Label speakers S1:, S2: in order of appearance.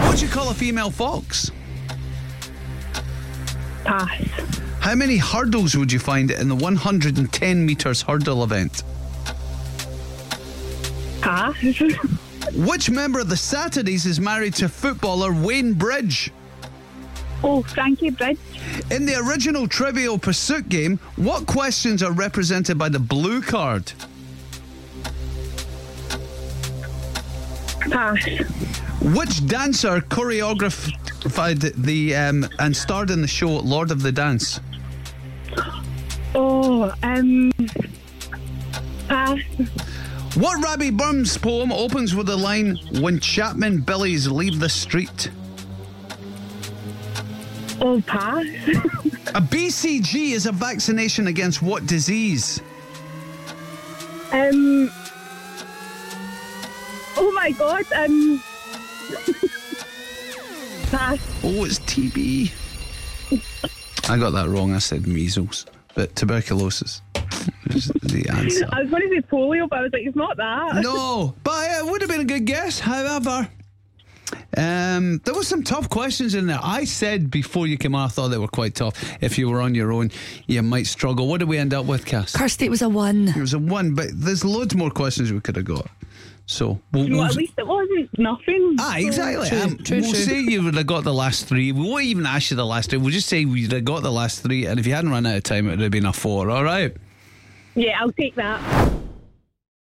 S1: What do you call a female fox?
S2: Pass.
S1: How many hurdles would you find in the 110 metres hurdle event?
S2: Pass.
S1: Which member of the Saturdays is married to footballer Wayne Bridge?
S2: oh, Frankie Bridge.
S1: In the original Trivial Pursuit game, what questions are represented by the blue card?
S2: Pass.
S1: Which dancer choreographed the um, and starred in the show Lord of the Dance?
S2: Oh, um. Pass.
S1: What Robbie Burns poem opens with the line "When Chapman Billies leave the street"?
S2: Oh, pass.
S1: A BCG is a vaccination against what disease?
S2: Um. Oh my God. Um. pass.
S1: Oh, it's TB. I got that wrong. I said measles, but tuberculosis is the answer.
S2: I was going to say polio, but I was like, it's not that.
S1: No, but it would have been a good guess. However, um, there was some tough questions in there. I said before you came on, I thought they were quite tough. If you were on your own, you might struggle. What did we end up with, Cass?
S3: Kirsty, it was a one.
S1: It was a one, but there's loads more questions we could have got. So we'll,
S2: Well,
S1: we'll-
S2: at least it wasn't nothing.
S1: Ah, exactly.
S3: True,
S1: Um,
S3: true,
S1: we'll
S3: true.
S1: say you would have got the last three. We won't even ask you the last three. We'll just say we'd have got the last three, and if you hadn't run out of time, it would have been a four. All right.
S2: Yeah, I'll take that.